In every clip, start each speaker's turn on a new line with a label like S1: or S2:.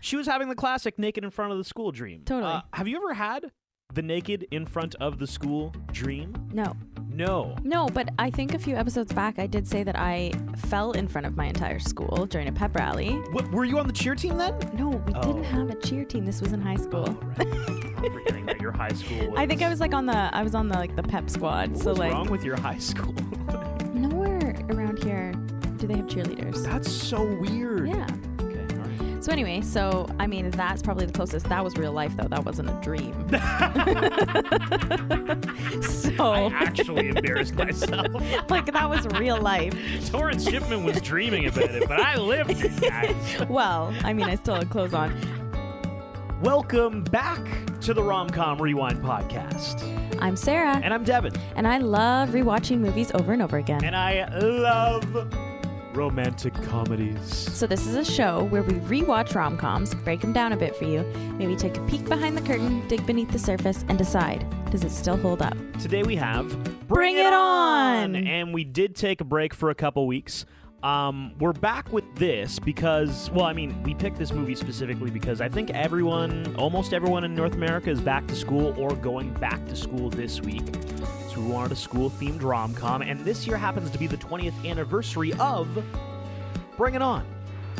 S1: She was having the classic naked in front of the school dream.
S2: Totally.
S1: Uh, have you ever had the naked in front of the school dream?
S2: No.
S1: No.
S2: No, but I think a few episodes back I did say that I fell in front of my entire school during a pep rally.
S1: What, were you on the cheer team then?
S2: No, we
S1: Oh.
S2: didn't have a cheer team. This was in high school.
S1: Oh, right. I'm forgetting that your high school. Was,
S2: I think I was like on the I was on the like the pep
S1: Oh,
S2: squad.
S1: What
S2: so
S1: was
S2: like
S1: wrong with your high school?
S2: nowhere around here do they have cheerleaders.
S1: That's so weird.
S2: Yeah.
S1: Okay. All right.
S2: So anyway, so I mean that's probably the closest. That was real life though. That wasn't a dream. so
S1: I actually embarrassed myself.
S2: like that was real life.
S1: Torrance Shipman was dreaming about it, but I lived it, guys.
S2: Well, I mean I still had clothes on.
S1: Welcome back to the Romcom Rewind podcast.
S2: I'm Sarah
S1: And I'm Devin,
S2: and I love rewatching movies over and over again.
S1: and I love romantic comedies.
S2: So, this is a show where we rewatch rom coms, break them down a bit for you, maybe take a peek behind the curtain, dig beneath the surface, and decide does it still hold up?
S1: Today we have
S2: Bring It On!
S1: And we did take a break for a couple weeks. Um, we're back with this because, well, I mean, we picked this movie specifically because I think everyone, almost everyone in North America, is back to school or going back to school this week. So we wanted a school themed rom com, and this year happens to be the 20th anniversary of Bring It On.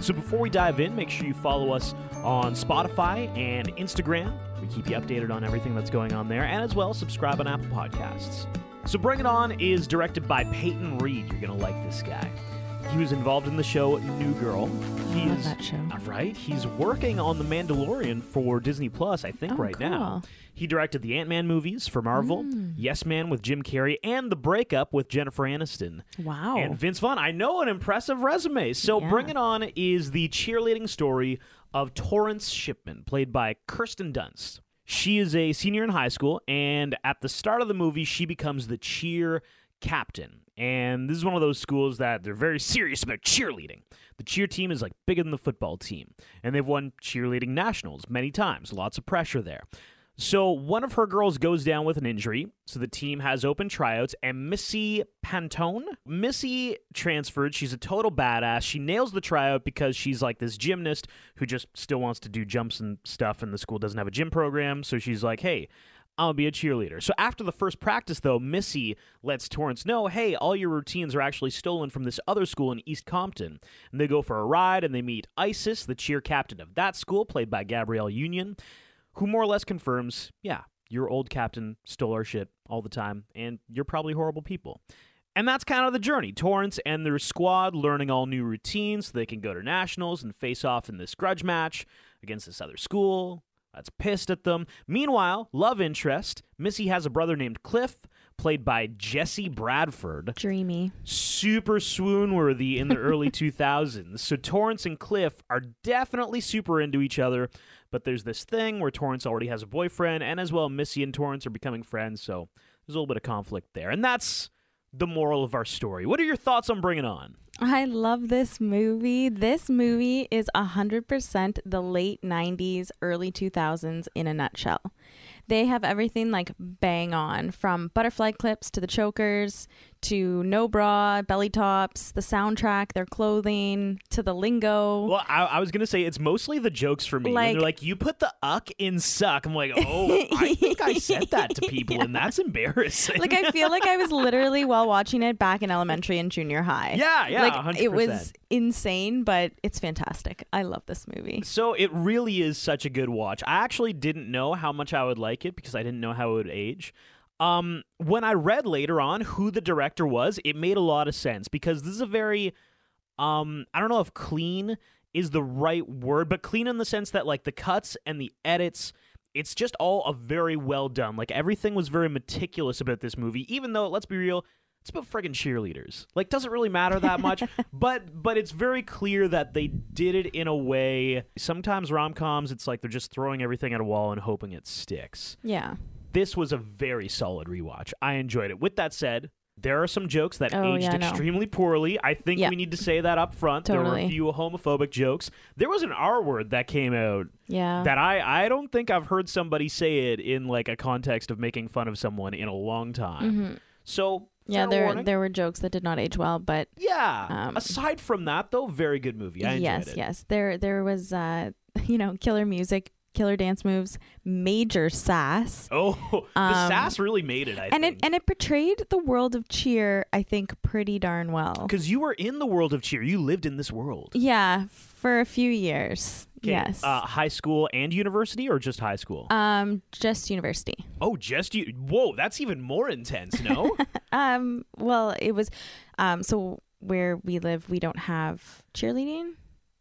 S1: So before we dive in, make sure you follow us on Spotify and Instagram. We keep you updated on everything that's going on there, and as well, subscribe on Apple Podcasts. So Bring It On is directed by Peyton Reed. You're going to like this guy. He was involved in the show New Girl. He's
S2: love that show.
S1: All right. He's working on The Mandalorian for Disney Plus, I think,
S2: Oh,
S1: right now.
S2: cool. Mm.
S1: He directed the Ant Man movies for Marvel, Yes Man with Jim Carrey, and The Breakup with Jennifer Aniston.
S2: Wow.
S1: And Vince Vaughn, I know an impressive resume. So
S2: Yeah.
S1: Bring It On is the cheerleading story of Torrance Shipman, played by Kirsten Dunst. She is a senior in high school, and at the start of the movie, she becomes the cheer captain. And this is one of those schools that they're very serious about cheerleading. The cheer team is like bigger than the football team, and they've won cheerleading nationals many times. Lots of pressure there. So one of her girls goes down with an injury, so the team has open tryouts, and Missy Pantone, Missy transferred. She's a total badass. She nails the tryout because she's like this gymnast who just still wants to do jumps and stuff, and the school doesn't have a gym program, so she's like, "Hey, I'll be a cheerleader." So after the first practice, though, Missy lets Torrance know, "Hey, all your routines are actually stolen from this other school in East Compton." And they go for a ride, and they meet Isis, the cheer captain of that school, played by Gabrielle Union who more or less confirms, yeah, your old captain stole our shit all the time, and you're probably horrible people. And that's kind of the journey. Torrance and their squad learning all new routines so they can go to nationals and face off in this grudge match against this other school that's pissed at them. Meanwhile, love interest, Missy has a brother named Cliff, played by Jesse Bradford
S2: Dreamy.
S1: super swoon worthy in the early 2000s. So Torrance and Cliff are definitely super into each other, but there's this thing where Torrance already has a boyfriend, and as well, Missy and Torrance are becoming friends, so there's a little bit of conflict there. And that's the moral of our story. What are your thoughts on bringing on?
S2: I love this movie. This movie is 100% the late 90s, early 2000s in a nutshell. They have everything like bang on from butterfly clips to the chokers to no bra, belly tops, the soundtrack, their clothing, to the lingo.
S1: Well, I, I was gonna say it's mostly the jokes for me. when
S2: Like-
S1: they're like, "You put the uck in suck." I'm like, "Oh, I think I said that to people, and that's embarrassing."
S2: like I feel like I was literally while watching it back in elementary and junior high.
S1: yeah, yeah,
S2: like
S1: 100%.
S2: it was insane, but it's fantastic. I love this movie.
S1: So it really is such a good watch. I actually didn't know how much I would like it because I didn't know how it would age. Um, when I read later on who the director was, it made a lot of sense because this is a very, um, I don't know if clean is the right word, but clean in the sense that like the cuts and the edits, it's just all a very well done. Like everything was very meticulous about this movie, even though let's be real, it's about friggin' cheerleaders. Like doesn't really matter that much, but but it's very clear that they did it in a way. Sometimes rom-coms it's like they're just throwing everything at a wall and hoping it sticks.
S2: Yeah.
S1: This was a very solid rewatch. I enjoyed it. With that said, there are some jokes that
S2: Oh,
S1: aged
S2: yeah, I know.
S1: extremely poorly. I think
S2: Yeah.
S1: we need to say that up front. There were a
S2: Totally.
S1: few homophobic jokes. There was an R word that came out
S2: Yeah.
S1: that I I don't think I've heard somebody say it in like a context of making fun of someone in a long time. So
S2: Mm-hmm. yeah,
S1: fair
S2: there
S1: warning.
S2: there were jokes that did not age well, but
S1: Yeah.
S2: Um,
S1: Aside from that, though, very good movie. I enjoyed
S2: yes,
S1: it.
S2: yes. There there was uh you know, killer music, killer dance moves, major sass.
S1: Oh, the
S2: Um,
S1: sass really made it. I
S2: And it
S1: think.
S2: and it portrayed the world of cheer, I think, pretty darn well.
S1: because you were in the world of cheer, you lived in this world.
S2: Yeah, for a few years.
S1: 'Kay,
S2: Yes.
S1: Uh, high school and university, or just high school?
S2: um, just university.
S1: oh, just you. Whoa, that's even more intense. No.
S2: Um, well, it was, um, so where we live, we don't have cheerleading.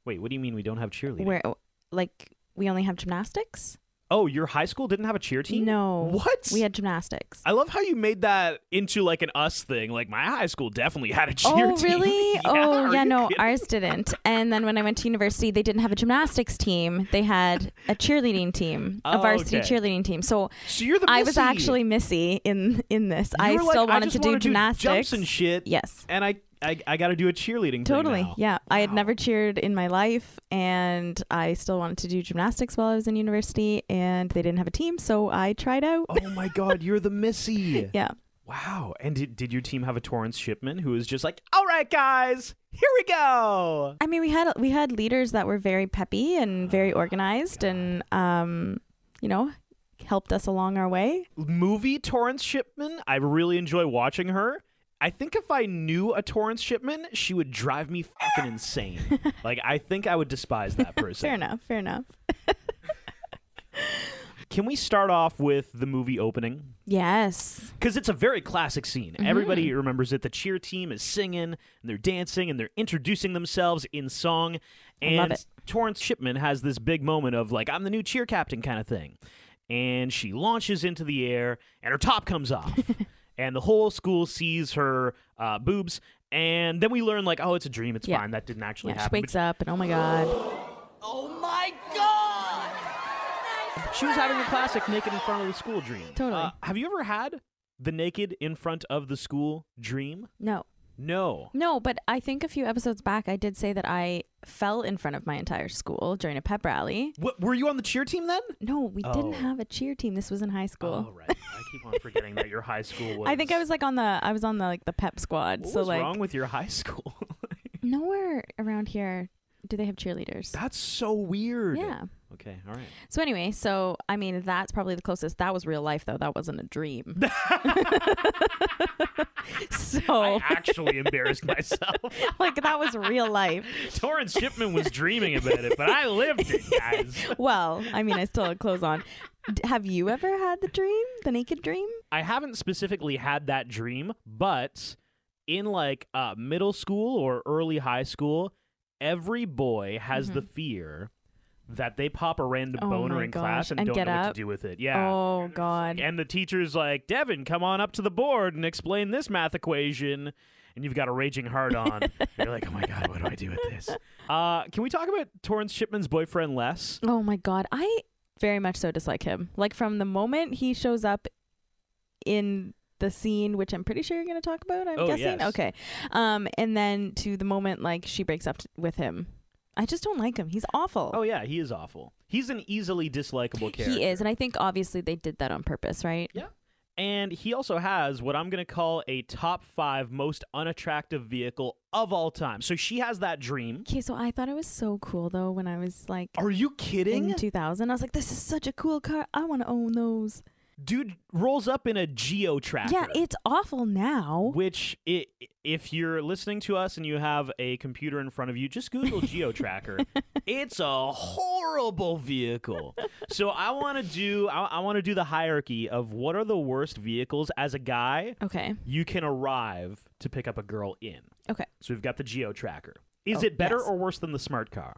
S1: Wait, what do you mean we don't have cheerleading?
S2: Where, like, we only have gymnastics.
S1: Oh, your high school didn't have a cheer team?
S2: No.
S1: What?
S2: We had gymnastics.
S1: I love how you made that into like an us thing. Like my high school definitely had a cheer
S2: Oh
S1: team.
S2: really?
S1: Yeah,
S2: oh
S1: are
S2: yeah,
S1: you
S2: no,
S1: kidding?
S2: ours didn't. And then when I went to university, they didn't have a gymnastics team. They had a cheerleading team, a
S1: Oh,
S2: varsity
S1: okay.
S2: cheerleading team. So
S1: So you're the
S2: I was
S1: missy.
S2: actually Missy in in this.
S1: You
S2: I
S1: were like,
S2: still
S1: I
S2: wanted
S1: just
S2: to do
S1: wanna
S2: gymnastics.
S1: jumps and shit.
S2: Yes.
S1: And I I, I got to do a cheerleading
S2: Totally.
S1: thing now.
S2: Yeah. I had
S1: Wow.
S2: never cheered in my life and I still wanted to do gymnastics while I was in university and they didn't have a team, so I tried out.
S1: Oh my god, you're the missy.
S2: Yeah.
S1: Wow. And did, did your team have a Torrance Shipman who was just like, "All right, guys, here we go."
S2: I mean, we had we had leaders that were very peppy and very organized, and um, you know, helped us along our way.
S1: Movie Torrance Shipman, I really enjoy watching her. I think if I knew a Torrance Shipman, she would drive me fucking insane. like I think I would despise that person.
S2: Fair enough. Fair enough.
S1: Can we start off with the movie opening?
S2: Yes.
S1: Because it's a very classic scene.
S2: Mm-hmm.
S1: Everybody remembers it. The cheer team is singing and they're dancing and they're introducing themselves in song.
S2: I
S1: And
S2: love it.
S1: Torrance Shipman has this big moment of like, I'm the new cheer captain kind of thing. And she launches into the air and her top comes off. and the whole school sees her uh, boobs. And then we learn, like, oh, it's a dream. It's
S2: Yeah.
S1: fine. That didn't actually
S2: Yeah, she
S1: happen. But
S2: wakes up and oh my god.
S3: Oh my god!
S1: She was having a classic naked in front of the school dream.
S2: Totally.
S1: Uh, have you ever had the naked in front of the school dream?
S2: No.
S1: No.
S2: No, but I think a few episodes back I did say that I fell in front of my entire school during a pep rally.
S1: What, were you on the cheer team then?
S2: No, we didn't
S1: Oh.
S2: have a cheer team. This was in high
S1: Oh
S2: school.
S1: right. I keep on forgetting that your high school was.
S2: I think I was like on the I was on the like the pep squad.
S1: What
S2: so
S1: was
S2: like
S1: wrong with your high school?
S2: nowhere around here do they have cheerleaders.
S1: That's so weird.
S2: Yeah.
S1: Okay. All right.
S2: So anyway, so I mean that's probably the closest. That was real life though. That wasn't a dream. so
S1: I actually embarrassed myself.
S2: like that was real life.
S1: Torrance Shipman was dreaming about it, but I lived it, guys.
S2: Well, I mean I still had clothes on. D- have you ever had the dream? The naked dream?
S1: I haven't specifically had that dream, but in like uh, middle school or early high school, every boy has the fear that they pop a random
S2: Mm-hmm. Oh
S1: boner
S2: my
S1: in class
S2: gosh,
S1: and,
S2: and
S1: don't
S2: get
S1: know what
S2: up?
S1: to do with it. Yeah.
S2: Oh god.
S1: And the teacher's like, Devin, come on up to the board and explain this math equation. And you've got a raging heart on. You're like, oh my God, what do I do with this? Uh, can we talk about Torrance Shipman's boyfriend, Les?
S2: Oh my god. I very much so dislike him. Like from the moment he shows up in the scene which I'm pretty sure you're going to talk about, I'm
S1: Oh,
S2: guessing.
S1: yes.
S2: Okay. Um and then to the moment like she breaks up t- with him. I just don't like him. He's awful.
S1: Oh, yeah, he is awful. He's an easily dislikable character.
S2: He is, and I think obviously they did that on purpose, right?
S1: Yeah. And he also has what I'm going to call a top five most unattractive vehicle of all time. So she has that dream.
S2: Okay, so I thought it was so cool though when I was like
S1: Are you kidding?
S2: in 2000, I was like, this is such a cool car. I want to own those.
S1: Dude rolls up in a Geo Tracker.
S2: Yeah, it's awful now.
S1: Which, i if you're listening to us and you have a computer in front of you, just Google GeoTracker. it's a horrible vehicle. so I want to do I, I want to do the hierarchy of what are the worst vehicles as a guy
S2: Okay,
S1: you can arrive to pick up a girl in.
S2: okay.
S1: So we've got the GeoTracker. Is
S2: Oh,
S1: it better
S2: yes.
S1: or worse than the smart car?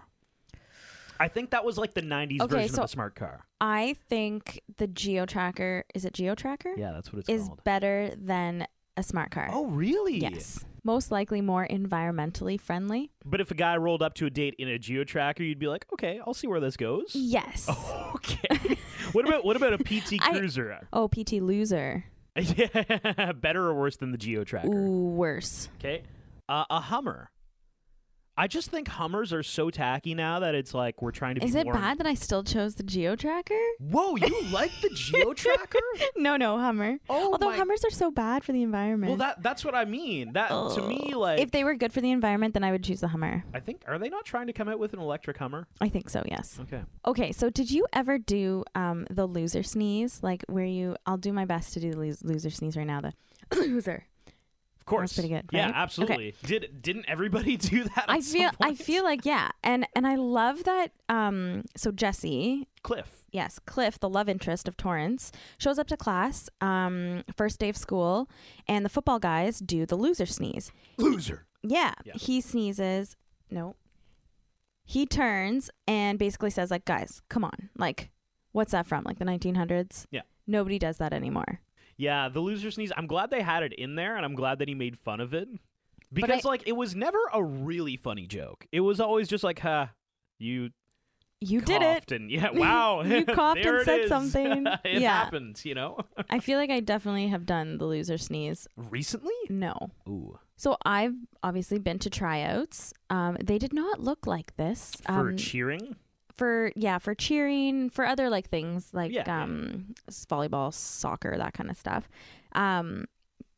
S1: I think that was like the '90s
S2: Okay,
S1: version
S2: so-
S1: of the smart car.
S2: I think the Geo Tracker is it Geo Tracker
S1: Yeah, that's what it's
S2: er is
S1: called.
S2: better than a smart car.
S1: Oh, really?
S2: yes, most likely more environmentally friendly.
S1: But if a guy rolled up to a date in a GeoTracker, you'd be like, "Okay, I'll see where this goes."
S2: Yes. Oh,
S1: Okay. what about what about a PT
S2: I-
S1: Cruiser?
S2: PT Oh, loser.
S1: yeah, better or worse than the Geo Tracker?
S2: Ooh, worse.
S1: Okay, uh, a Hummer. I just think Hummers are so tacky now that it's like we're trying to be
S2: Is it
S1: more-
S2: bad that I still chose the Geo Tracker?
S1: Whoa, you like the Geo Tracker?
S2: No, no, Hummer.
S1: Oh
S2: Although
S1: my-
S2: Hummers are so bad for the environment.
S1: well, that that's what I mean. That to me like
S2: if they were good for the environment, then I would choose the Hummer.
S1: I think are they not trying to come out with an electric Hummer?
S2: I think so, yes.
S1: Okay.
S2: Okay, so did you ever do um, the loser sneeze? Like where you, I'll do my best to do the los- loser sneeze right now. The loser.
S1: Of course.
S2: pretty good,
S1: Yeah,
S2: right? Okay.
S1: absolutely. Did didn't everybody do that? At
S2: I
S1: some
S2: feel, I
S1: point?
S2: feel like yeah, and and I love that. Um, so Jesse,
S1: Cliff.
S2: yes, Cliff, the love interest of Torrance, shows up to class, um, first day of school, and the football guys do the loser sneeze.
S1: Loser.
S2: Yeah,
S1: Yeah.
S2: he sneezes. No. He turns and basically says like, "Guys, come on. Like, what's that from? Like the 1900s?"
S1: Yeah.
S2: Nobody does that anymore.
S1: Yeah, the loser sneeze. I'm glad they had it in there, and I'm glad that he made fun of it because,
S2: I-
S1: like, it was never a really funny joke. It was always just like, "Huh, you
S2: You did it.
S1: coughed and yeah, wow,
S2: You coughed
S1: There
S2: and
S1: it
S2: said
S1: is.
S2: something.
S1: it
S2: Yeah.
S1: happens, you know.
S2: I feel like I definitely have done the loser sneeze.
S1: Recently,
S2: No.
S1: ooh,
S2: So I've obviously been to tryouts. Um, they did not look like this.
S1: for
S2: um,
S1: cheering.
S2: for yeah for cheering for other like things like
S1: Yeah, yeah.
S2: um s- volleyball soccer that kind of stuff um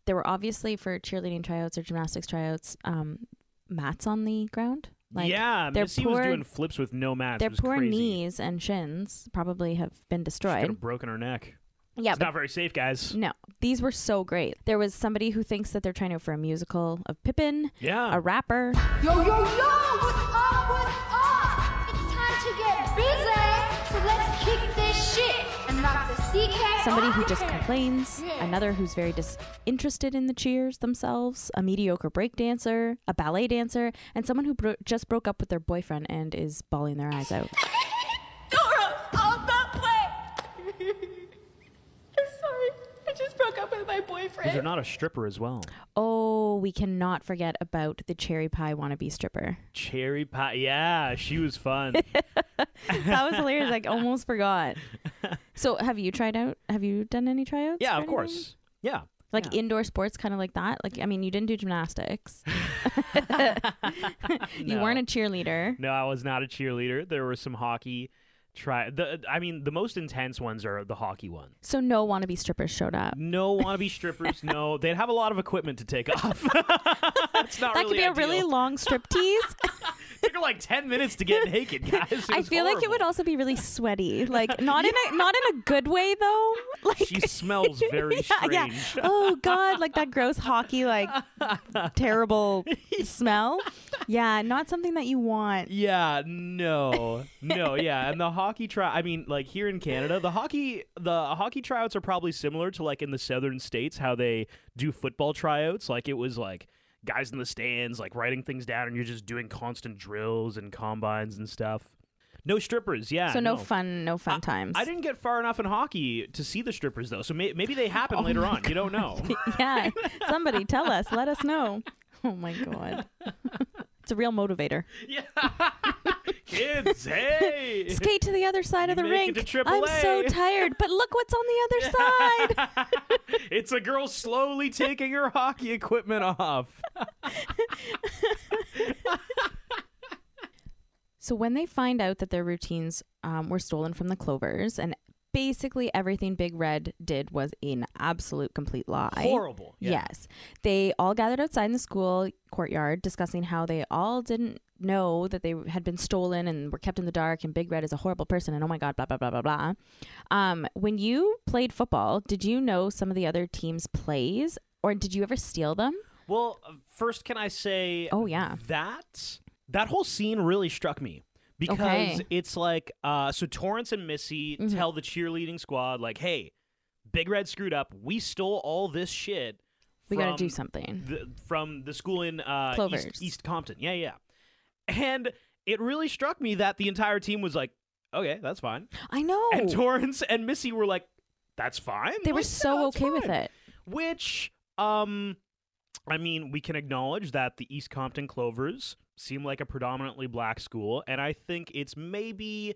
S2: there were obviously for cheerleading tryouts or gymnastics tryouts um mats on the ground like
S1: yeah,
S2: their
S1: Missy
S2: poor-
S1: was doing flips with no mats.
S2: their
S1: it was
S2: poor
S1: crazy.
S2: knees and shins probably have
S1: She
S2: been
S1: could
S2: destroyed
S1: have broken her neck.
S2: yeah
S1: It's not very safe, guys.
S2: no these were so great there was somebody who thinks that they're trying to go for a musical of pippin
S1: Yeah,
S2: a rapper
S4: Yo, yo, yo, what's up, what's up? It's time to get busy, so let's kick this shit and rock the CK.
S2: somebody who just complains,
S4: Yeah.
S2: another who's very disinterested in the cheers themselves, a mediocre break dancer, a ballet dancer, and someone who bro- just broke up with their boyfriend and is bawling their eyes out.
S4: all the way. I'm sorry, I just broke up with my
S1: because
S4: boyfriend.
S1: they're not a stripper as well.
S2: Oh, we cannot forget about the cherry pie wannabe stripper.
S1: Cherry pie. Yeah, she was fun.
S2: That was hilarious. I almost forgot. So, have you tried out? Have you done any tryouts?
S1: yeah,
S2: or
S1: of
S2: anything?
S1: course. Yeah.
S2: Like
S1: yeah.
S2: indoor sports, kind of like that. Like, I mean, you didn't do gymnastics. You
S1: No.
S2: weren't a cheerleader.
S1: No, I was not a cheerleader. There were some hockey try the I mean the most intense ones are the hockey ones.
S2: So, no wannabe strippers showed up.
S1: No wannabe strippers, no. They'd have a lot of equipment to take off. it's not
S2: That could be a really long striptease.
S1: took her like ten minutes to get naked, guys. It
S2: I
S1: was
S2: feel like it would
S1: horrible.
S2: also be really sweaty. Like not in a not in a good way though. Like
S1: She smells very strange.
S2: yeah, yeah. Oh god, like that gross hockey like terrible smell. Yeah, not something that you want.
S1: Yeah, no, no, yeah, and the hockey try. I mean, like here in Canada, the hockey the hockey tryouts are probably similar to like in the southern states how they do football tryouts. Like it was like guys in the stands, like writing things down, and you're just doing constant drills and combines and stuff. No strippers, yeah.
S2: So no, fun, no fun times.
S1: I didn't get far enough in hockey to see the strippers though, so may- maybe they happen
S2: Oh
S1: later on. You don't know.
S2: yeah. Somebody tell us, let us know. Oh my god. it's a real motivator.
S1: yeah, kids, hey.
S2: Skate to the other side of the
S1: You make it to
S2: rink. I'm so
S1: AAA.
S2: tired, but look what's on the other side.
S1: it's a girl slowly taking her hockey equipment off.
S2: So when they find out that their routines um, were stolen from the Clovers and basically everything Big Red did was an absolute complete lie.
S1: Horrible.
S2: Yes. They all gathered outside in the school courtyard discussing how they all didn't know that they had been stolen and were kept in the dark and Big Red is a horrible person and oh my god blah blah blah blah blah. Um when you played football, did you know some of the other teams plays or did you ever steal them?
S1: Well, uh, first, can I say?
S2: Oh, yeah.
S1: That that whole scene really struck me because
S2: Okay. Mm-hmm.
S1: it's like uh, so Torrance and Missy tell the cheerleading squad like, "Hey, Big Red screwed up. We stole all this shit.
S2: We got
S1: from
S2: to do something.
S1: the, from the school in uh,
S2: Clovers.
S1: East, East Compton. Yeah, yeah. And it really struck me that the entire team was like, "Okay, that's fine."
S2: I know.
S1: and Torrance and Missy were like, "That's fine."
S2: Oh. they were
S1: Like,
S2: so
S1: "Yeah, that's
S2: okay with
S1: fine."
S2: it.
S1: Which, um, I mean, we can acknowledge that the East Compton Clovers seem like a predominantly black school, and I think it's maybe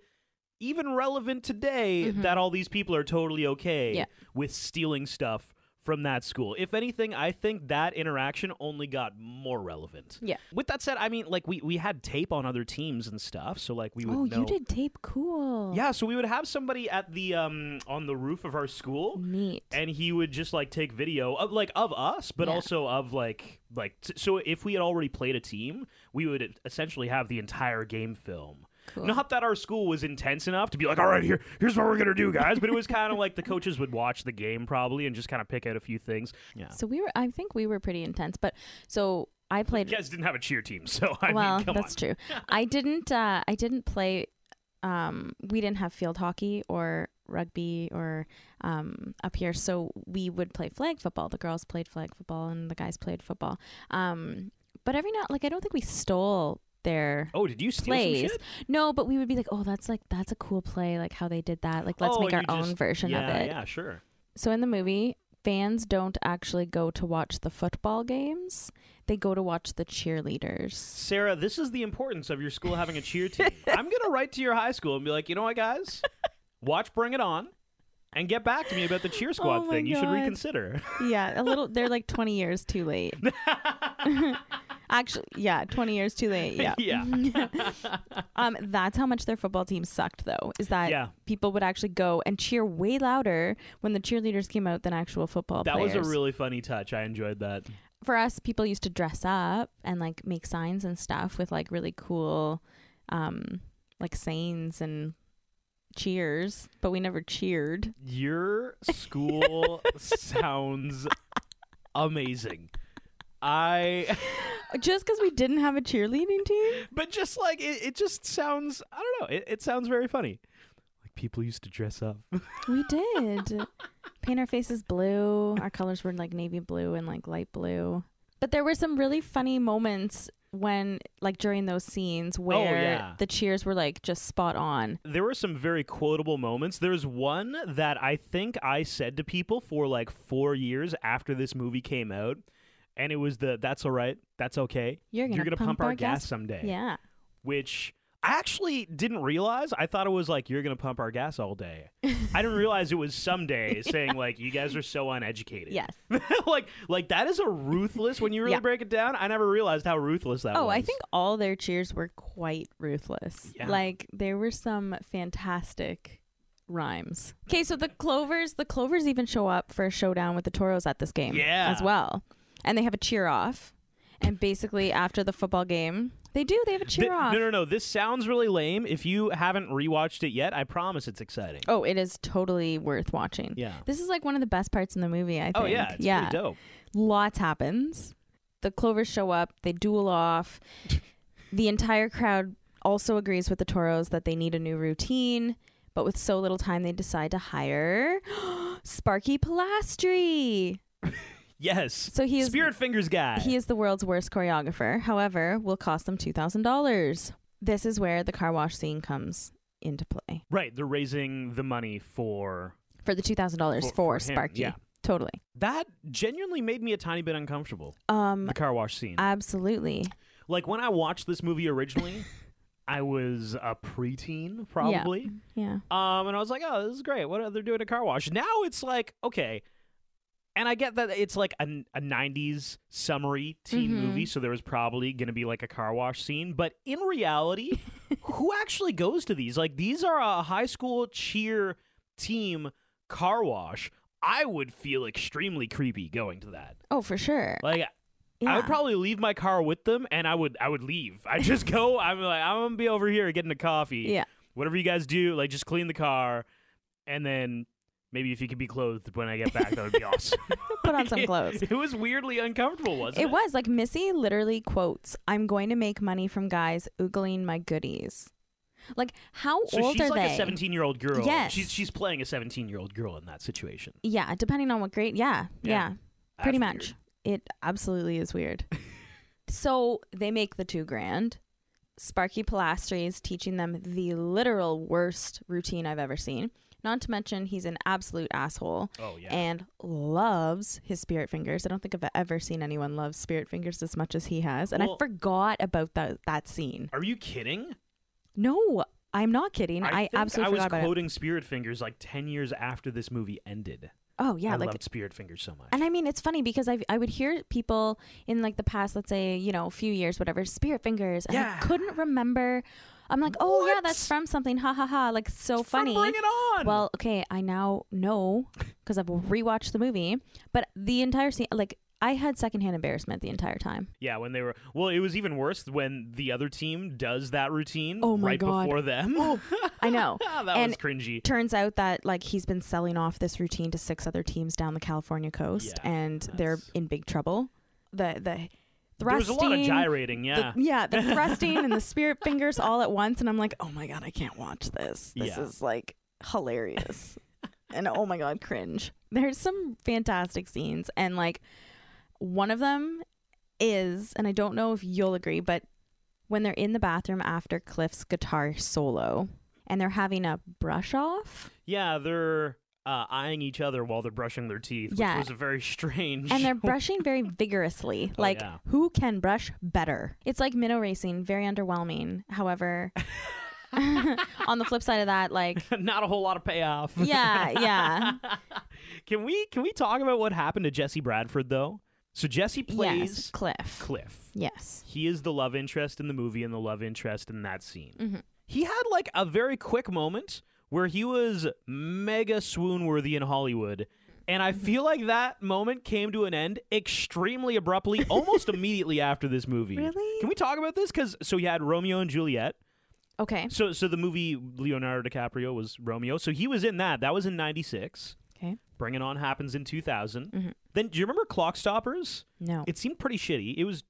S1: even relevant today that all these people are totally okay
S2: Mm-hmm. Yeah.
S1: with stealing stuff from that school. If anything, I think that interaction only got more relevant.
S2: Yeah.
S1: With that said, I mean, like we we had tape on other teams and stuff, so like we would
S2: Oh,
S1: know.
S2: you did tape. Cool.
S1: Yeah, so we would have somebody at the um on the roof of our school.
S2: Neat.
S1: And he would just like take video of like of us, but
S2: Yeah.
S1: also of like like t- so if we had already played a team, we would essentially have the entire game film.
S2: Cool.
S1: Not that our school was intense enough to be like, all right, here, here's what we're gonna do, guys. But it was kind of like the coaches would watch the game probably and just kind of pick out a few things. Yeah,
S2: So we were. I think we were pretty intense. But so I played.
S1: you guys didn't have a cheer team, so I
S2: well,
S1: mean, come
S2: that's
S1: on.
S2: true. I didn't. Uh, I didn't play. Um, we didn't have field hockey or rugby or um, up here, so we would play flag football. The girls played flag football and the guys played football. Um, but every now, like I don't think we stole their
S1: Oh, did you steal some
S2: plays.
S1: shit?
S2: No, but we would be like, oh, that's like that's a cool play, like how they did that. Like let's
S1: Oh,
S2: make our
S1: you
S2: own
S1: just-
S2: version
S1: yeah,
S2: of it.
S1: Yeah, sure.
S2: So in the movie, fans don't actually go to watch the football games; they go to watch the cheerleaders.
S1: Sarah, this is the importance of your school having a cheer team. I'm going to write to your high school and be like, you know what, guys? Watch Bring It On and get back to me about the cheer squad
S2: Oh my
S1: thing. You should
S2: God.
S1: reconsider.
S2: Yeah, a little. They're like twenty years too late. Actually, yeah, twenty years too late. Yeah.
S1: yeah.
S2: Um, that's how much their football team sucked, though. Is that
S1: Yeah.
S2: people would actually go and cheer way louder when the cheerleaders came out than actual football
S1: That
S2: players.
S1: was a really funny touch. I enjoyed that.
S2: For us, people used to dress up and like make signs and stuff with like really cool, um, like sayings and cheers, but we never cheered.
S1: Your school sounds amazing. I,
S2: Just because we didn't have a cheerleading team?
S1: but just like, it, it just sounds, I don't know, it, it sounds very funny. Like people used to dress up.
S2: We did. Paint our faces blue. Our colors were like navy blue and like light blue. But there were some really funny moments when, like, during those scenes where
S1: Oh, yeah.
S2: the cheers were like just spot on.
S1: there were some very quotable moments. There's one that I think I said to people for like four years after this movie came out, and it was the "That's all right, that's okay,
S2: You're gonna
S1: pump, our gas, someday,"
S2: Yeah.
S1: which I actually didn't realize. I thought it was like "You're gonna pump our gas all day." I didn't realize it was someday saying like "You guys are so uneducated."
S2: Yes.
S1: like like that is a ruthless. When you really
S2: Yeah.
S1: break it down, I never realized how ruthless that
S2: Oh,
S1: was.
S2: I think all their cheers were quite ruthless.
S1: Yeah.
S2: Like there were some fantastic rhymes. Okay, so the Clovers, the Clovers even show up for a showdown with the Toros at this game
S1: Yeah.
S2: as well. And they have a cheer off. And basically after the football game, they do, they have a cheer
S1: Th-
S2: off.
S1: no, no, no. This sounds really lame. If you haven't rewatched it yet, I promise it's exciting.
S2: Oh, it is totally worth watching.
S1: Yeah.
S2: This is like one of the best parts in the movie, I think.
S1: Oh yeah, it's pretty dope.
S2: lots happens. The Clovers show up, they duel off. the entire crowd also agrees with the Toros that they need a new routine, but with so little time, they decide to hire Sparky Pilastri.
S1: Yes.
S2: So he is-
S1: Spirit Fingers guy.
S2: He is the world's worst choreographer, however, will cost them $2,000. This is where the car wash scene comes into play
S1: right. They're raising the money for
S2: for the $2,000 for,
S1: For- for him,
S2: Sparky.
S1: yeah.
S2: Totally.
S1: that. Genuinely made me a tiny bit uncomfortable.
S2: Um,
S1: The car wash scene.
S2: absolutely.
S1: like when I watched this movie originally, I was a preteen probably.
S2: Yeah.
S1: Um, and I was like, oh, this is great. What are they doing at a car wash? Now it's like, okay. And I get that it's like a, a 90s summary teen
S2: Mhm.
S1: movie, so there was probably going to be like a car wash scene. But in reality, who actually goes to these? Like, these are a high school cheer team car wash. I would feel extremely creepy going to that.
S2: Oh, for sure.
S1: Like, I
S2: Yeah.
S1: would probably leave my car with them, and I would I would leave. I just go. I'm like I'm gonna be over here getting a coffee.
S2: Yeah.
S1: Whatever you guys do, like just clean the car, and then maybe if you could be clothed when I get back, that would be awesome.
S2: Put on some clothes.
S1: it was weirdly uncomfortable, wasn't it?
S2: It was like Missy literally quotes, "I'm going to make money from guys oogling my goodies." Like how
S1: So
S2: old
S1: she's
S2: are
S1: like
S2: they?
S1: a 17 year old girl.
S2: Yes.
S1: She's she's playing a 17 year old girl in that situation.
S2: Yeah, depending on what grade. Yeah, yeah,
S1: Yeah.
S2: pretty
S1: That's
S2: much. It absolutely is weird. so they make the two grand. Sparky Pilastri is teaching them the literal worst routine I've ever seen. Not to mention he's an absolute asshole.
S1: Oh, yeah.
S2: And loves his spirit fingers. I don't think I've ever seen anyone love spirit fingers as much as he has. And I
S1: Well-
S2: forgot about that that scene.
S1: Are you kidding?
S2: No, I'm not kidding. I,
S1: think
S2: absolutely
S1: I was
S2: forgot about
S1: quoting Spirit Fingers like 10 years after this movie ended.
S2: Oh yeah,
S1: I
S2: like
S1: loved Spirit Fingers so much.
S2: and I mean, it's funny because I I would hear people in like the past, let's say you know, few years, whatever, Spirit Fingers, and
S1: Yeah.
S2: I couldn't remember. I'm like, oh yeah, that's
S1: What?
S2: from something. Ha ha ha! Like so
S1: From
S2: funny.
S1: Bring It On.
S2: Well, okay, I now know because I've rewatched the movie, but the entire scene, like I had secondhand embarrassment the entire time.
S1: yeah, when they were well, it was even worse when the other team does that routine
S2: Oh my
S1: right
S2: God.
S1: before them.
S2: I know.
S1: that
S2: and
S1: was cringy.
S2: turns out that like he's been selling off this routine to six other teams down the California coast,
S1: Yeah,
S2: and they're
S1: that's-
S2: in big trouble. The the
S1: there
S2: thrusting,
S1: was a lot of gyrating. Yeah,
S2: The, yeah, the thrusting and the spirit fingers all at once, and I'm like, oh my god, I can't watch this. This
S1: Yeah.
S2: is like hilarious, and oh my god, cringe. There's some fantastic scenes, and like one of them is, and I don't know if you'll agree, but when they're in the bathroom after Cliff's guitar solo, and they're having a brush off,
S1: yeah, they're uh, eyeing each other while they're brushing their teeth, which
S2: Yeah.
S1: was very strange.
S2: and they're brushing very vigorously.
S1: Oh,
S2: like,
S1: yeah.
S2: who can brush better? It's like minnow racing, very underwhelming. However, on the flip side of that, like,
S1: not a whole lot of payoff.
S2: yeah, yeah,
S1: Can we can we talk about what happened to Jesse Bradford though? So Jesse
S2: yes,
S1: plays
S2: Cliff.
S1: Cliff.
S2: Yes.
S1: He is the love interest in the movie and the love interest in that scene.
S2: Mm-hmm.
S1: He had like a very quick moment where he was mega swoon worthy in Hollywood. And I
S2: Mm-hmm.
S1: feel like that moment came to an end extremely abruptly, almost immediately after this movie.
S2: Really?
S1: Can we talk about this? Because so he had Romeo and Juliet.
S2: Okay.
S1: So so the movie Leonardo DiCaprio was Romeo. So he was in that. That was in '96.
S2: Okay. Mm-hmm.
S1: Bring It On happens in 2000. Then do you remember Clock Stoppers?
S2: No.
S1: It seemed pretty shitty. It was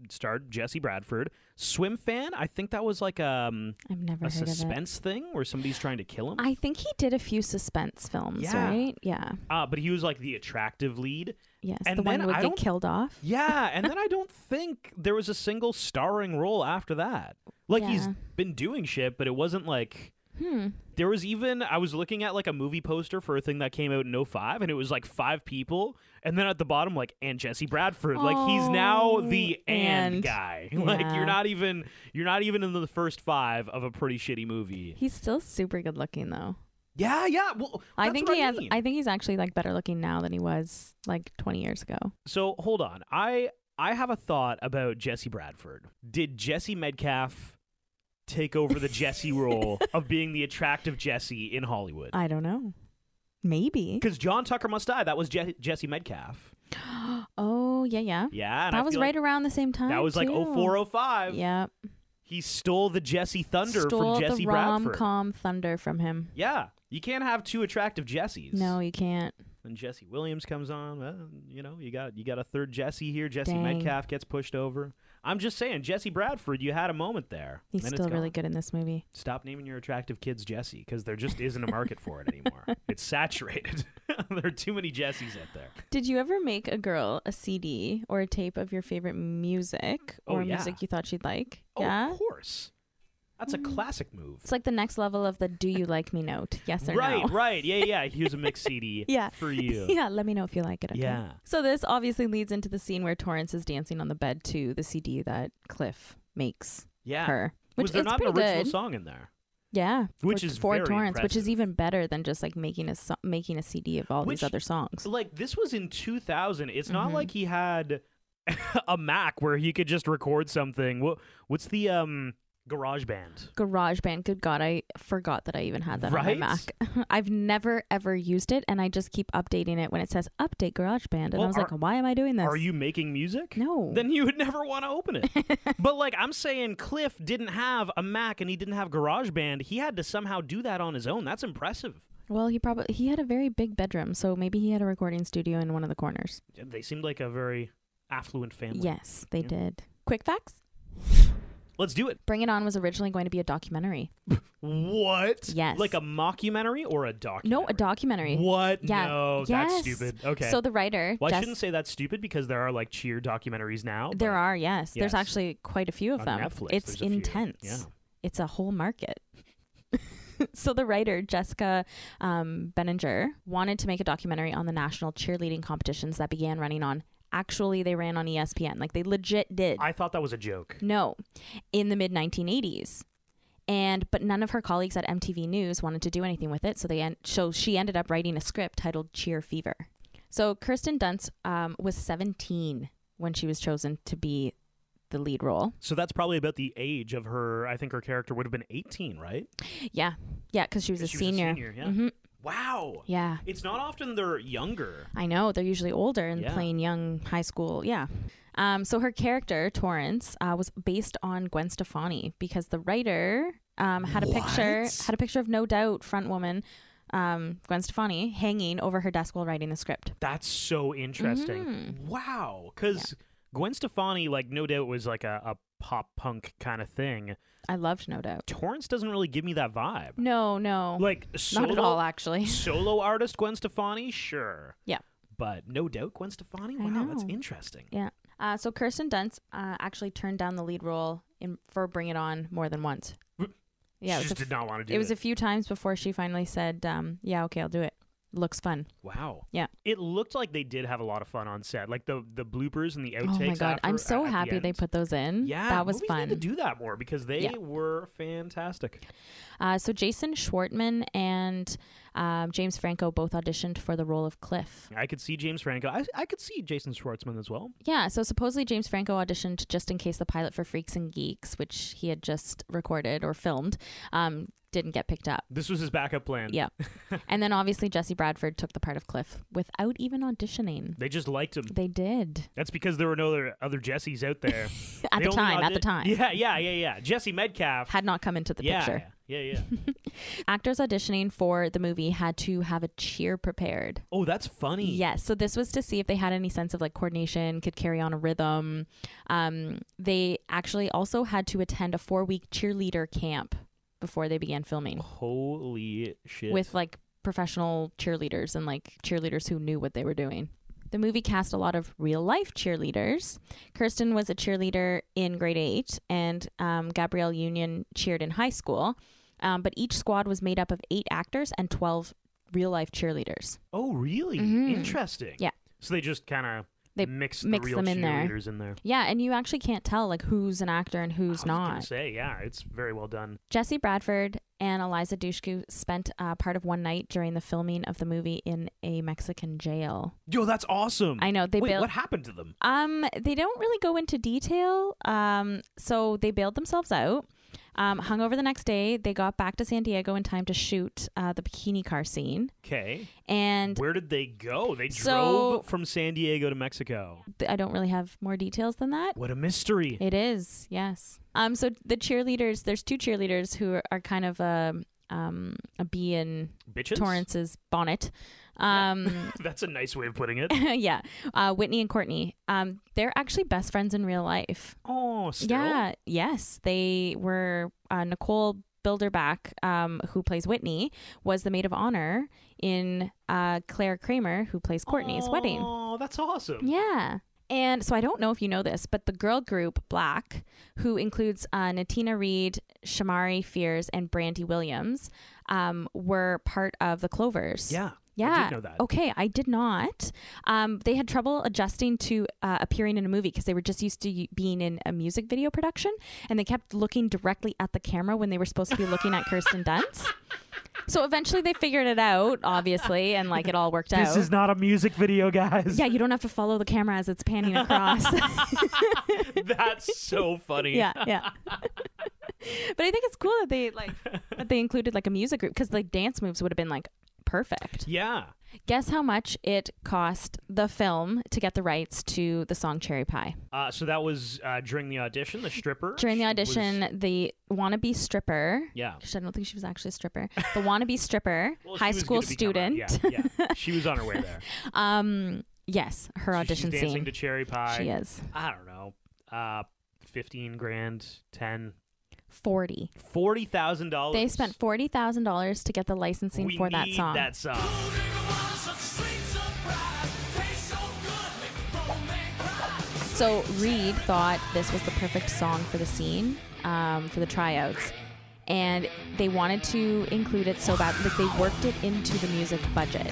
S1: it starred Jesse Bradford. Swim Fan, I think that was like um,
S2: I've never
S1: a
S2: heard of it.
S1: suspense thing where somebody's trying to kill him.
S2: I think he did a few suspense films,
S1: Yeah.
S2: right? Yeah.
S1: uh, but he was like the attractive lead.
S2: Yes.
S1: And
S2: the one
S1: then
S2: who would
S1: I
S2: get
S1: don't-
S2: killed off.
S1: Yeah, and then I don't think there was a single starring role after that. Like he's
S2: Yeah.
S1: been doing shit, but it wasn't like
S2: Hmm.
S1: There was even I was looking at like a movie poster for a thing that came out in 05 and it was like five people and then at the bottom like and Jesse Bradford like he's now the
S2: Oh,
S1: and,
S2: and.
S1: guy like
S2: Yeah.
S1: you're not even you're not even in the first 5 of a pretty shitty movie.
S2: He's still super good looking though.
S1: Yeah, yeah. Well,
S2: I
S1: that's
S2: think
S1: what
S2: he
S1: I
S2: has
S1: mean.
S2: I think he's actually like better looking now than he was like 20 years ago.
S1: So, hold on. I I have a thought about Jesse Bradford. Did Jesse Medcalf take over the Jesse role of being the attractive Jesse in Hollywood?
S2: I don't know. Maybe.
S1: Cuz John Tucker Must Die, that was Je- Jesse Medcalf.
S2: Oh, yeah, yeah.
S1: Yeah, and I
S2: that was
S1: feel
S2: right
S1: like
S2: around the same time.
S1: That was like
S2: too.
S1: 0405.
S2: Yep.
S1: He stole the Jesse Thunder
S2: Stole
S1: from Jesse
S2: the
S1: Bradford.
S2: rom-com thunder from him.
S1: Yeah. You can't have two attractive Jessies.
S2: No, you can't.
S1: When Jesse Williams comes on, well, you know, you got you got a third Jesse here. Jesse
S2: Dang.
S1: Metcalf gets pushed over. I'm just saying, Jesse Bradford, you had a moment there.
S2: He's
S1: Then it's
S2: still really
S1: gone.
S2: good in this movie.
S1: Stop naming your attractive kids Jesse because there just isn't a market for it anymore. It's saturated. there are too many Jessies out there.
S2: Did you ever make a girl a CD or a tape of your favorite music
S1: Oh,
S2: or
S1: yeah.
S2: music you thought she'd like?
S1: Oh,
S2: yeah. Mm.
S1: of course. That's a classic move.
S2: It's like the next level of the do you like me note. Yes or
S1: right,
S2: no.
S1: right. Yeah, yeah. Here's a mix CD
S2: Yeah.
S1: for you.
S2: Yeah, let me know if you like it. Okay?
S1: Yeah.
S2: So this obviously leads into the scene where Torrance is dancing on the bed to the CD that Cliff makes
S1: Yeah.
S2: her, which
S1: was there
S2: is
S1: not
S2: pretty
S1: an original
S2: good.
S1: song in there?
S2: Yeah,
S1: Which
S2: for-
S1: is
S2: for
S1: very
S2: Torrance, which is
S1: impressive.
S2: even better than just like making a so- making a CD of all
S1: Which-
S2: these other songs.
S1: Like this was in 2000. It's
S2: Mm-hmm.
S1: not like he had a Mac where he could just record something. What what's the um Garage Band?
S2: Garage Band, good God, I forgot that I even had that
S1: Right?
S2: on my Mac. I've never ever used it, and I just keep updating it when it says update Garage Band, and
S1: Well,
S2: I was
S1: are-
S2: like, why am I doing this?
S1: Are you making music?
S2: No.
S1: Then you would never want to open it. but like I'm saying Cliff didn't have a Mac and he didn't have Garage Band. He had to somehow do that on his own. That's impressive.
S2: well, he probably he had a very big bedroom, so maybe he had a recording studio in one of the corners.
S1: They seemed like a very affluent family.
S2: Yes, they
S1: Yeah.
S2: did. Quick facts.
S1: Let's do it.
S2: Bring It On was originally going to be a documentary.
S1: What?
S2: Yes.
S1: Like a mockumentary or a documentary?
S2: No, a documentary.
S1: What?
S2: Yeah.
S1: No,
S2: Yes.
S1: that's stupid. Okay.
S2: So the writer,
S1: Well, I
S2: Jess-
S1: shouldn't say that's stupid because there are like cheer documentaries now.
S2: there
S1: but-
S2: are yes. There's
S1: Yes.
S2: actually quite a few of
S1: On
S2: them.
S1: Netflix,
S2: it's
S1: there's a few.
S2: intense.
S1: Yeah.
S2: It's a whole market. so the writer Jessica um, Benninger wanted to make a documentary on the national cheerleading competitions that began running on. Actually, they ran on E ESPN. Like they legit did.
S1: I thought that was a joke.
S2: No, in the mid 1980s. and but none of her colleagues at MTV News wanted to do anything with it, so they en- so she ended up writing a script titled Cheer Fever. So Kirsten Dunst um, was 17 when she was chosen to be the lead role.
S1: So that's probably about the age of her. I think her character would have been 18, right?
S2: Yeah, yeah, because she was, a,
S1: She was a
S2: senior.
S1: senior, yeah.
S2: Mhm.
S1: Wow.
S2: Yeah.
S1: It's not often they're younger.
S2: I know they're usually older and
S1: Yeah.
S2: playing young high school. Yeah. Um, so her character Torrance uh, was based on Gwen Stefani because the writer um, had a picture
S1: What?
S2: had a picture of No Doubt front woman um, Gwen Stefani hanging over her desk while writing the script.
S1: That's so interesting.
S2: Mm.
S1: Wow. Because Gwen Stefani, like, no doubt was like a, a pop punk kind of thing.
S2: I loved No Doubt.
S1: Torrance doesn't really give me that vibe.
S2: No, no,
S1: Like,
S2: not
S1: solo,
S2: at all. Actually,
S1: solo artist Gwen Stefani, sure.
S2: yeah.
S1: But no doubt Gwen Stefani?
S2: I
S1: Wow, that's
S2: know.
S1: interesting.
S2: Yeah. Uh, so Kirsten Dunst uh, actually turned down the lead role in, for Bring It On more than once.
S1: she
S2: Yeah, it was,
S1: just
S2: a,
S1: did not want to do
S2: it was a few times before she finally said, um, "Yeah, okay, I'll do it. Looks fun."
S1: Wow.
S2: Yeah.
S1: It looked like they did have a lot of fun on set. Like the the bloopers and the outtakes.
S2: Oh my god,
S1: after-
S2: I'm
S1: at
S2: so
S1: the
S2: happy they
S1: end.
S2: put those in.
S1: Yeah,
S2: that was
S1: movies
S2: fun.
S1: Need to do that more because they
S2: Yeah.
S1: were fantastic.
S2: uh, so Jason Schwartzman and um, James Franco both auditioned for the role of Cliff.
S1: I could see James Franco. I, I could see Jason Schwartzman as well.
S2: Yeah, so supposedly James Franco auditioned just in case the pilot for Freaks and Geeks, which he had just recorded or filmed, um, didn't get picked up.
S1: This was his backup plan.
S2: Yeah, and then obviously Jesse Bradford took the part of Cliff without even auditioning.
S1: They just liked him.
S2: They did
S1: That's because there were no other, other Jessies out there.
S2: at
S1: They only
S2: the time. at the
S1: audi-
S2: time,
S1: Yeah, yeah, yeah, yeah. Jesse Medcalf.
S2: had not come into the
S1: yeah,
S2: picture.
S1: yeah, yeah, yeah.
S2: Actors auditioning for the movie had to have a cheer prepared.
S1: oh, that's funny.
S2: Yes. So this was to see if they had any sense of like coordination, could carry on a rhythm. Um, they actually also had to attend a four week cheerleader camp before they began filming
S1: Holy shit.
S2: with like professional cheerleaders and like cheerleaders who knew what they were doing. The movie cast a lot of real life cheerleaders. Kirsten was a cheerleader in grade eight, and um, Gabrielle Union cheered in high school. Um, but each squad was made up of eight actors and 12 real life cheerleaders.
S1: oh, really? Interesting.
S2: Mm-hmm. Yeah.
S1: So they just kind of
S2: They
S1: mixed
S2: mix
S1: the real
S2: them in there.
S1: cheerleaders in there.
S2: Yeah, and you actually can't tell like who's an actor and who's
S1: I was gonna
S2: not.
S1: Say yeah, it's very well done.
S2: Jesse Bradford and Eliza Dushku spent uh, part of one night during the filming of the movie in a Mexican jail.
S1: Yo, that's awesome.
S2: I know, they
S1: Hmm. Wait,
S2: built-
S1: what happened to them?
S2: Um, they don't really go into detail. Um, so they bailed themselves out. Um, hung over the next day, they got back to San Diego in time to shoot uh, the bikini car scene.
S1: Okay.
S2: And
S1: Where did they go? They
S2: So-
S1: drove from San Diego to Mexico.
S2: th- I don't really have more details than that.
S1: What a mystery.
S2: It is, yes. Um, so the cheerleaders, there's two cheerleaders who are, are kind of a um a bee in
S1: Bitches.
S2: Torrance's bonnet. Um,
S1: That's a nice way of putting it.
S2: yeah, Uh, Whitney and Courtney. Um, they're actually best friends in real life.
S1: Oh, still?
S2: Yeah, yes, they were. Uh, Nicole Bilderback, um, who plays Whitney, was the maid of honor in uh, Claire Kramer, who plays Courtney's wedding.
S1: Oh, that's awesome.
S2: Yeah. And so I don't know if you know this, but the girl group Black, who includes uh, Natina Reed, Shamari Fears, and Brandy Williams, um, were part of the Clovers.
S1: Yeah.
S2: Yeah. Oh,
S1: I did know that.
S2: Okay, I did not. Um, they had trouble adjusting to uh, appearing in a movie because they were just used to y- being in a music video production, and they kept looking directly at the camera when they were supposed to be looking at Kirsten Dunst. So eventually, they figured it out, obviously, and like it all worked out.
S1: This is not a music video, guys.
S2: Yeah, you don't have to follow the camera as it's panning across.
S1: That's so funny.
S2: yeah, yeah. but I think it's cool that they like that they included like a music group because like dance moves would have been like perfect.
S1: Yeah.
S2: Guess how much it cost the film to get the rights to the song Cherry Pie.
S1: Uh, so that was uh, during the audition, the stripper.
S2: During the
S1: was-
S2: audition, the wannabe stripper.
S1: Yeah.
S2: Actually, I don't think she was actually a stripper. The wannabe stripper,
S1: Well, she
S2: high
S1: was
S2: school
S1: gonna become
S2: student.
S1: her- Yeah, yeah. She was on her way there.
S2: Um, yes, her
S1: So
S2: audition
S1: she's dancing
S2: scene.
S1: to Cherry Pie.
S2: she is
S1: I don't know. Uh, 15 grand, 10,
S2: forty.
S1: $40,000.
S2: They spent forty thousand dollars to get the licensing
S1: we
S2: for that
S1: need
S2: song.
S1: That song.
S2: So Reed thought this was the perfect song for the scene, um, for the tryouts, and they wanted to include it so bad that they worked it into the music budget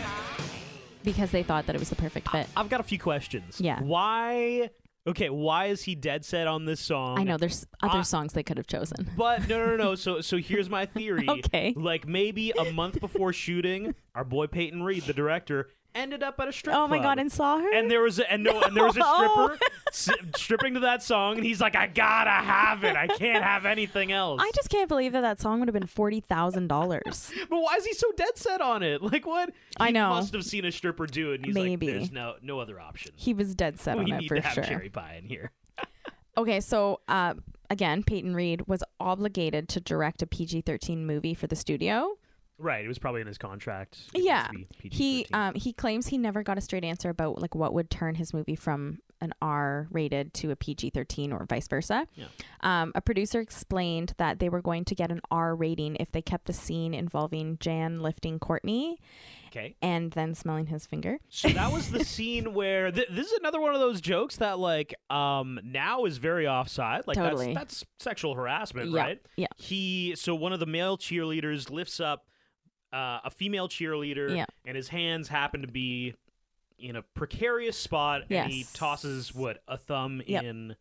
S2: because they thought that it was the perfect fit.
S1: I've got a few questions.
S2: Yeah.
S1: Why Okay, why is he dead set on this song?
S2: I know there's other
S1: I-
S2: songs they could have chosen.
S1: But no, no, no, no. So, so here's my theory.
S2: Okay.
S1: Like maybe a month before shooting, our boy Peyton Reed, the director, ended up at a strip
S2: Oh my
S1: club.
S2: god, and saw her.
S1: and there was a, and no, and there was a stripper s- stripping to that song, and he's like, "I gotta have it. I can't have anything else."
S2: I just can't believe that that song would have been forty thousand dollars.
S1: but why is he so dead set on it? Like what?
S2: I
S1: He
S2: know.
S1: Must have seen a stripper do it. And he's
S2: Maybe.
S1: like, "There's no no other option.
S2: He was dead set
S1: we
S2: on
S1: need
S2: it for
S1: to have
S2: sure.
S1: cherry pie in here."
S2: Okay, so uh, again, Peyton Reed was obligated to direct a PG thirteen movie for the studio.
S1: Right. It was probably in his contract. It
S2: Yeah,
S1: needs to be
S2: he
S1: PG-13.
S2: um, he claims he never got a straight answer about like what would turn his movie from an R rated to a PG thirteen or vice versa.
S1: Yeah.
S2: Um, a producer explained that they were going to get an R rating if they kept the scene involving Jan lifting Courtney
S1: okay.
S2: and then smelling his finger.
S1: So that was the scene where th- this is another one of those jokes that like um now is very offside. Like
S2: Totally.
S1: that's that's sexual harassment,
S2: Yeah,
S1: right?
S2: yeah.
S1: He so one of the male cheerleaders lifts up uh, a female cheerleader
S2: Yeah.
S1: and his hands happen to be in a precarious spot and he
S2: Yes.
S1: tosses what a thumb
S2: Yep.
S1: in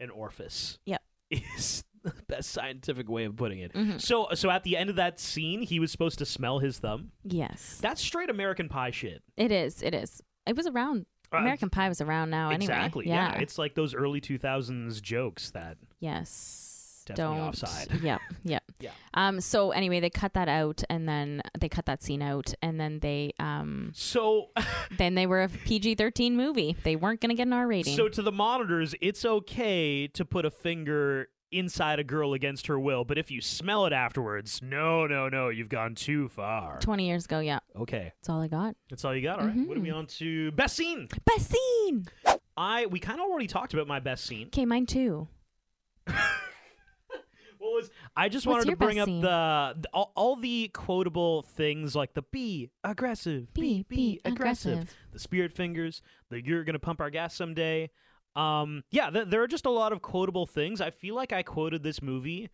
S1: an orifice.
S2: Yep.
S1: Is the best scientific way of putting it.
S2: Mhm.
S1: So so at the end of that scene he was supposed to smell his thumb.
S2: Yes,
S1: That's straight American pie shit.
S2: it is. It is. It was around.
S1: Uh,
S2: American Pie was around now Oh, anyway.
S1: Exactly. Yeah. It's like those early 2000s jokes that
S2: Yes.
S1: Definitely
S2: Don't.
S1: offside.
S2: Yep. Yep.
S1: Yeah.
S2: Um. So anyway, they cut that out, and then they cut that scene out, and then they um
S1: So
S2: then they were a PG thirteen movie. They weren't gonna get an R rating.
S1: so to the monitors, it's okay to put a finger inside a girl against her will, but if you smell it afterwards, no, no, no, you've gone too far.
S2: Twenty years ago, yeah.
S1: Okay.
S2: That's all I got.
S1: That's all you got. All right. What are we
S2: Mm-hmm.
S1: on to? Best scene.
S2: Best scene.
S1: I we kind of already talked about my best scene.
S2: Okay, mine too.
S1: What was I just
S2: What's
S1: wanted to
S2: your best
S1: bring up
S2: scene?
S1: the, the- all, all the quotable things like the be aggressive,
S2: Be-
S1: be
S2: be
S1: be aggressive,
S2: aggressive.
S1: the spirit fingers, the you're gonna pump our gas someday. Um, yeah, th- there are just a lot of quotable things. I feel like I quoted this movie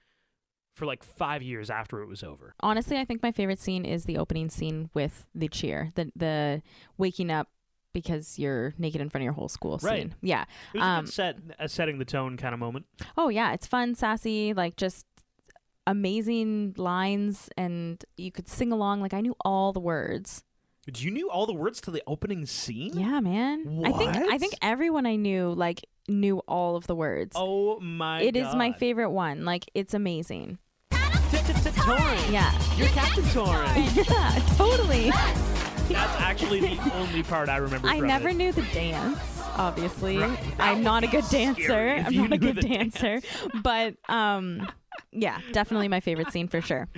S1: for like five years after it was over.
S2: Honestly, I think my favorite scene is the opening scene with the cheer, the the waking up because you're naked in front of your whole school scene.
S1: Right.
S2: Yeah.
S1: It was a
S2: Um,
S1: good set, a setting the tone kind of moment.
S2: Oh yeah, it's fun, sassy, like just amazing lines and you could sing along like I knew all the words.
S1: Do you knew all the words to the opening scene?
S2: Yeah, man. I think I think
S1: What?
S2: everyone I knew like knew all of the words.
S1: Oh my!
S2: It is my
S1: God.
S2: favorite one. Like it's amazing.
S1: Torrance.
S2: Yeah.
S1: You're Captain Torrance.
S2: Yeah, totally.
S1: That's actually the only part I remember.
S2: I
S1: from
S2: never
S1: it.
S2: knew the dance, obviously.
S1: Right. That
S2: I'm not a
S1: would
S2: good
S1: be scary
S2: dancer.
S1: if
S2: I'm
S1: you
S2: not a
S1: knew
S2: good
S1: the
S2: dancer. But um yeah, definitely my favorite scene for sure.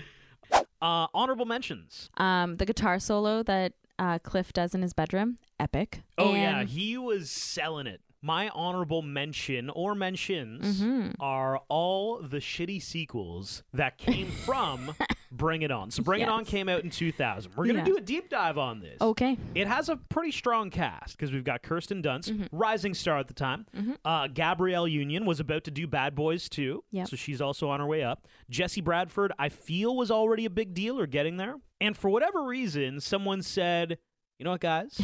S1: Uh, honorable mentions.
S2: Um the guitar solo that uh, Cliff does in his bedroom, epic.
S1: Oh yeah,
S2: and,
S1: he was selling it. My honorable mention or mentions
S2: Mm-hmm.
S1: are all the shitty sequels that came from Bring It On. So Bring It On
S2: Yes.
S1: came out in 2000. We're gonna
S2: Yeah.
S1: do a deep dive on this.
S2: Okay.
S1: It has a pretty strong cast because we've got Kirsten Dunst,
S2: Mm-hmm.
S1: rising star at the time. Uh, Gabrielle Union was about to do Bad Boys too,
S2: Yep.
S1: so she's also on her way up. Jesse Bradford, I feel, was already a big deal or getting there. And for whatever reason, someone said, "You know what, guys?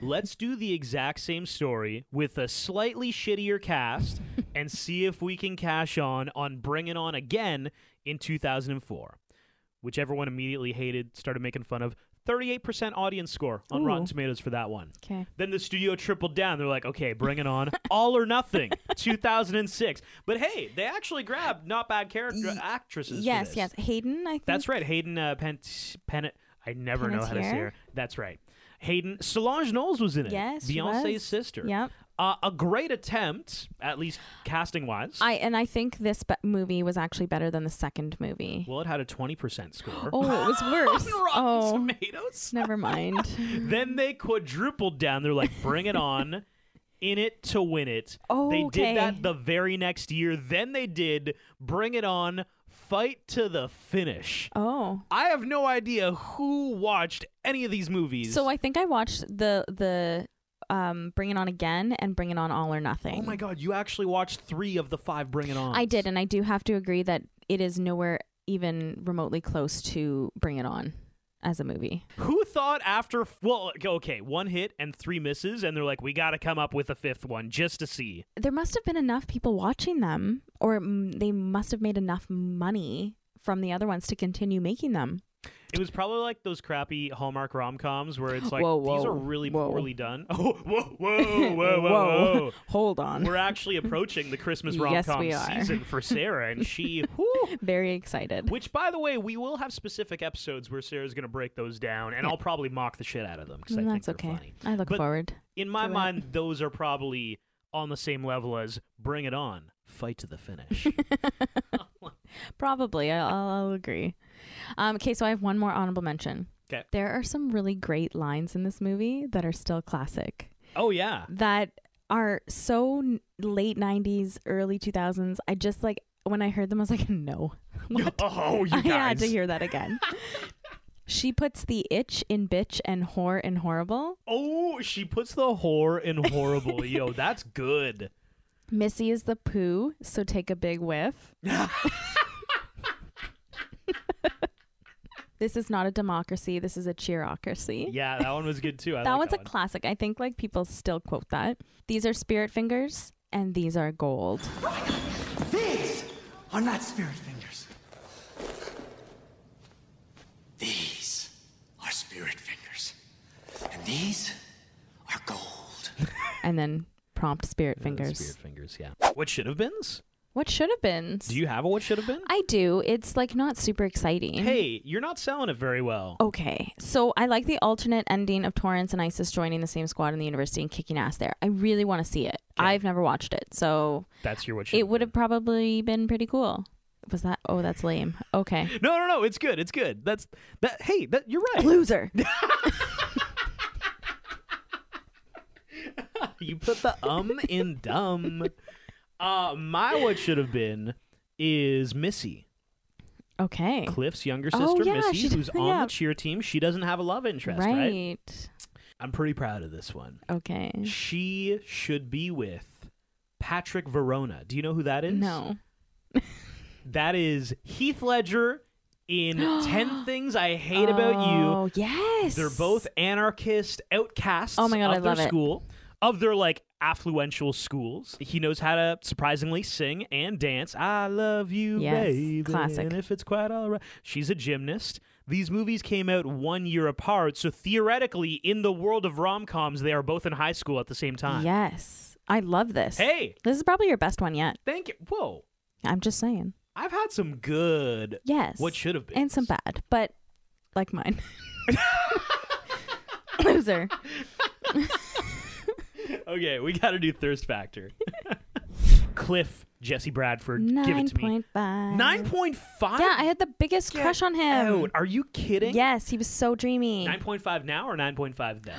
S1: Let's do the exact same story with a slightly shittier cast and see if we can cash on on Bring It On again in 2004." which everyone immediately hated, started making fun of. 38% audience score on Rotten
S2: Ooh.
S1: Tomatoes for that one.
S2: Okay.
S1: Then the studio tripled down. They're like, okay, bring it on. All or nothing, 2006. But hey, they actually grabbed not bad character actresses. for
S2: Yes,
S1: this.
S2: yes. Hayden, I think.
S1: That's right. Hayden uh, Pent. Pen- I never know how to say
S2: Panettiere?
S1: her. That's right. Hayden. Solange Knowles was in it.
S2: Yes, she
S1: Beyonce's
S2: was.
S1: sister.
S2: Yep.
S1: Uh, a great attempt, at least casting wise.
S2: I and I think this be- movie was actually better than the second movie.
S1: well, it had a 20% score.
S2: Oh, it was worse.
S1: on Rotten
S2: oh,
S1: Tomatoes.
S2: never mind.
S1: then they quadrupled down. They're like, bring it on. In it to win it. They
S2: Okay.
S1: did that the very next year. Then they did bring it on, fight to the finish.
S2: Oh.
S1: I have no idea who watched any of these movies.
S2: So I think I watched the the um Bring It On Again and Bring It On All or Nothing.
S1: oh my god, you actually watched three of the five Bring It On.
S2: I did and I do have to agree that it is nowhere even remotely close to Bring It On. as a movie.
S1: Who thought after well, okay, one hit and three misses, and they're like, we got to come up with a fifth one just to see.
S2: There must have been enough people watching them, or mm, they must have made enough money from the other ones to continue making them.
S1: It was probably like those crappy Hallmark rom coms where it's like
S2: Whoa,
S1: these
S2: whoa,
S1: are really
S2: whoa.
S1: poorly done. Oh, whoa, whoa, whoa, whoa, whoa.
S2: Hold on.
S1: We're actually approaching the Christmas rom
S2: Yes,
S1: com
S2: we are.
S1: season for Sarah, and she. whew.
S2: Very excited.
S1: Which, by the way, we will have specific episodes where Sarah's going to break those down, and I'll probably mock the shit out of them because I
S2: Mm, That's
S1: think they're
S2: okay.
S1: funny.
S2: I look
S1: But
S2: forward.
S1: In my
S2: to it.
S1: mind, those are probably on the same level as Bring It On, Fight to the Finish.
S2: Probably. I- I'll, I'll agree. Um, okay, so I have one more honorable mention.
S1: 'Kay.
S2: There are some really great lines in this movie that are still classic,
S1: oh, yeah.
S2: that are so n- late 90s, early 2000s. I just like, when I heard them, I was like, no. What?
S1: Oh, you
S2: I
S1: guys.
S2: had to hear that again. she puts the itch in bitch and whore in horrible.
S1: Oh, she puts the whore in horrible. Yo, that's good.
S2: Missy is the poo, so take a big whiff. this is not a democracy. This is a cheerocracy.
S1: Yeah, that one was good too. I
S2: that
S1: like
S2: one's
S1: that
S2: a
S1: one.
S2: classic. I think like people still quote that. These are spirit fingers and these are gold.
S5: These are not spirit fingers. These are spirit fingers. And these are gold.
S2: And then prompt spirit fingers.
S1: Spirit fingers, yeah. What should have beens?
S2: What should have been?
S1: Do you have a what should have been?
S2: I do. It's like not super exciting.
S1: hey, you're not selling it very well.
S2: Oh, Okay, so I like the alternate ending of Torrance and Isis joining the same squad in the university and kicking ass there. I really want to see it. I've never watched it, so
S1: That's your what should
S2: it would have probably been pretty cool. Was that? Oh, that's lame. Okay,
S1: No, no, no. It's good. It's good. That's that. Hey, that you're right.
S2: loser.
S1: You put the um in dumb. Uh, my what should have been is Missy,
S2: Okay,
S1: Cliff's younger sister,
S2: Oh, yeah,
S1: Missy,
S2: she does-
S1: who's on
S2: yeah.
S1: the cheer team. She doesn't have a love interest, right.
S2: right. Mm.
S1: I'm pretty proud of this one.
S2: Okay.
S1: She should be with Patrick Verona. Do you know who that is?
S2: No.
S1: That is Heath Ledger in 10 Things I Hate About You.
S2: Oh yes.
S1: They're both anarchist outcasts
S2: Oh my
S1: of
S2: God, I
S1: their
S2: love it.
S1: school, of their like affluential schools. He knows how to surprisingly sing and dance. I love you,
S2: Yes,
S1: baby.
S2: classic.
S1: And if it's quite all right, she's a gymnast. These movies came out one year apart, so theoretically, in the world of rom coms, they are both in high school at the same time.
S2: Yes, I love this.
S1: Hey,
S2: this is probably your best one yet.
S1: thank you. Whoa,
S2: I'm just saying.
S1: I've had some good.
S2: Yes.
S1: What should have been
S2: and some bad, but like mine. Loser.
S1: Okay, we got to do thirst factor. Cliff Jesse Bradford, give
S2: Nine
S1: it to me.
S2: point five.
S1: Nine point five.
S2: Yeah, I had the biggest crush on him.
S1: Out. Are you kidding?
S2: Yes, he was so dreamy.
S1: Nine point five now or nine point five then?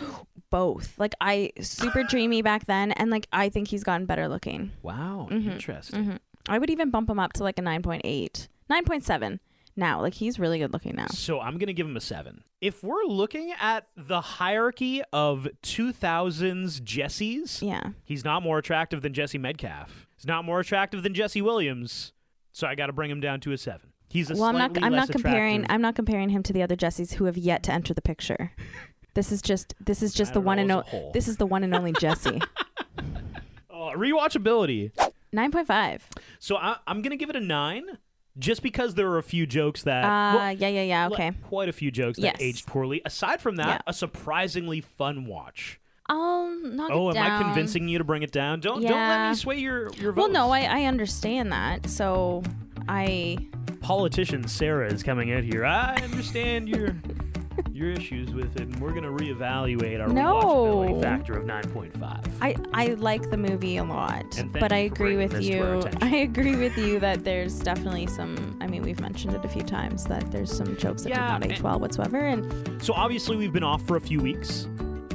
S2: Both. Like I super dreamy back then, and like I think he's gotten better looking.
S1: Wow,
S2: Mm-hmm.
S1: interesting.
S2: I would even bump him up to like a nine point eight, nine point seven now. Like he's really good looking now.
S1: So I'm gonna give him a seven. If we're looking at the hierarchy of two thousands Jessies,
S2: Yeah.
S1: he's not more attractive than Jesse Medcalf. He's not more attractive than Jesse Williams. So I got to bring him down to a seven. He's a
S2: Well, I'm not.
S1: slightly
S2: I'm
S1: less
S2: not comparing.
S1: attractive-
S2: I'm not comparing him to the other Jessies who have yet to enter the picture. This is just. This is just
S1: I
S2: the
S1: don't
S2: one
S1: know
S2: and
S1: as a
S2: only.
S1: whole.
S2: This is the one and only Jessie.
S1: Oh, rewatchability.
S2: Nine point five.
S1: So I, I'm gonna give it a nine, just because there were a few jokes that.
S2: Uh,
S1: well,
S2: yeah, yeah, yeah.
S1: Like,
S2: Okay.
S1: Quite a few jokes that
S2: Yes.
S1: aged poorly. Aside from that,
S2: Yeah.
S1: a surprisingly fun watch.
S2: I'll knock
S1: Oh,
S2: it
S1: am I
S2: down.
S1: convincing you to bring it down? Don't don't let
S2: Yeah.
S1: me sway your your
S2: Well,
S1: vote.
S2: no, I, I understand that. So I.
S1: Politician Sarah is coming out here. I understand your your issues with it, and we're gonna reevaluate our
S2: No.
S1: rewatchability factor of nine point five.
S2: I, I like the movie a lot,
S1: And thank
S2: but I
S1: you for
S2: agree
S1: bringing
S2: with
S1: this to our
S2: you.
S1: attention.
S2: I agree with you that there's definitely some. I mean, we've mentioned it a few times that there's some jokes that
S1: Yeah,
S2: did not age
S1: and-
S2: well whatsoever. And
S1: So obviously we've been off for a few weeks.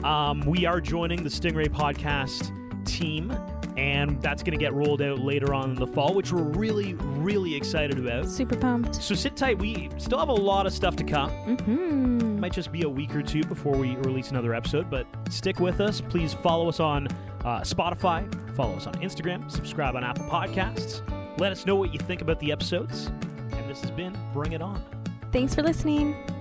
S1: Um, we are joining the Stingray podcast team, and that's gonna get rolled out later on in the fall, which we're really really excited about.
S2: super pumped.
S1: So sit tight. We still have a lot of stuff to come. Mm-hmm. Might just be a week or two before we release another episode, but stick with us. Please follow us on uh, Spotify, follow us on Instagram, subscribe on Apple Podcasts. Let us know what you think about the episodes. And this has been Bring It On.
S2: Thanks for listening.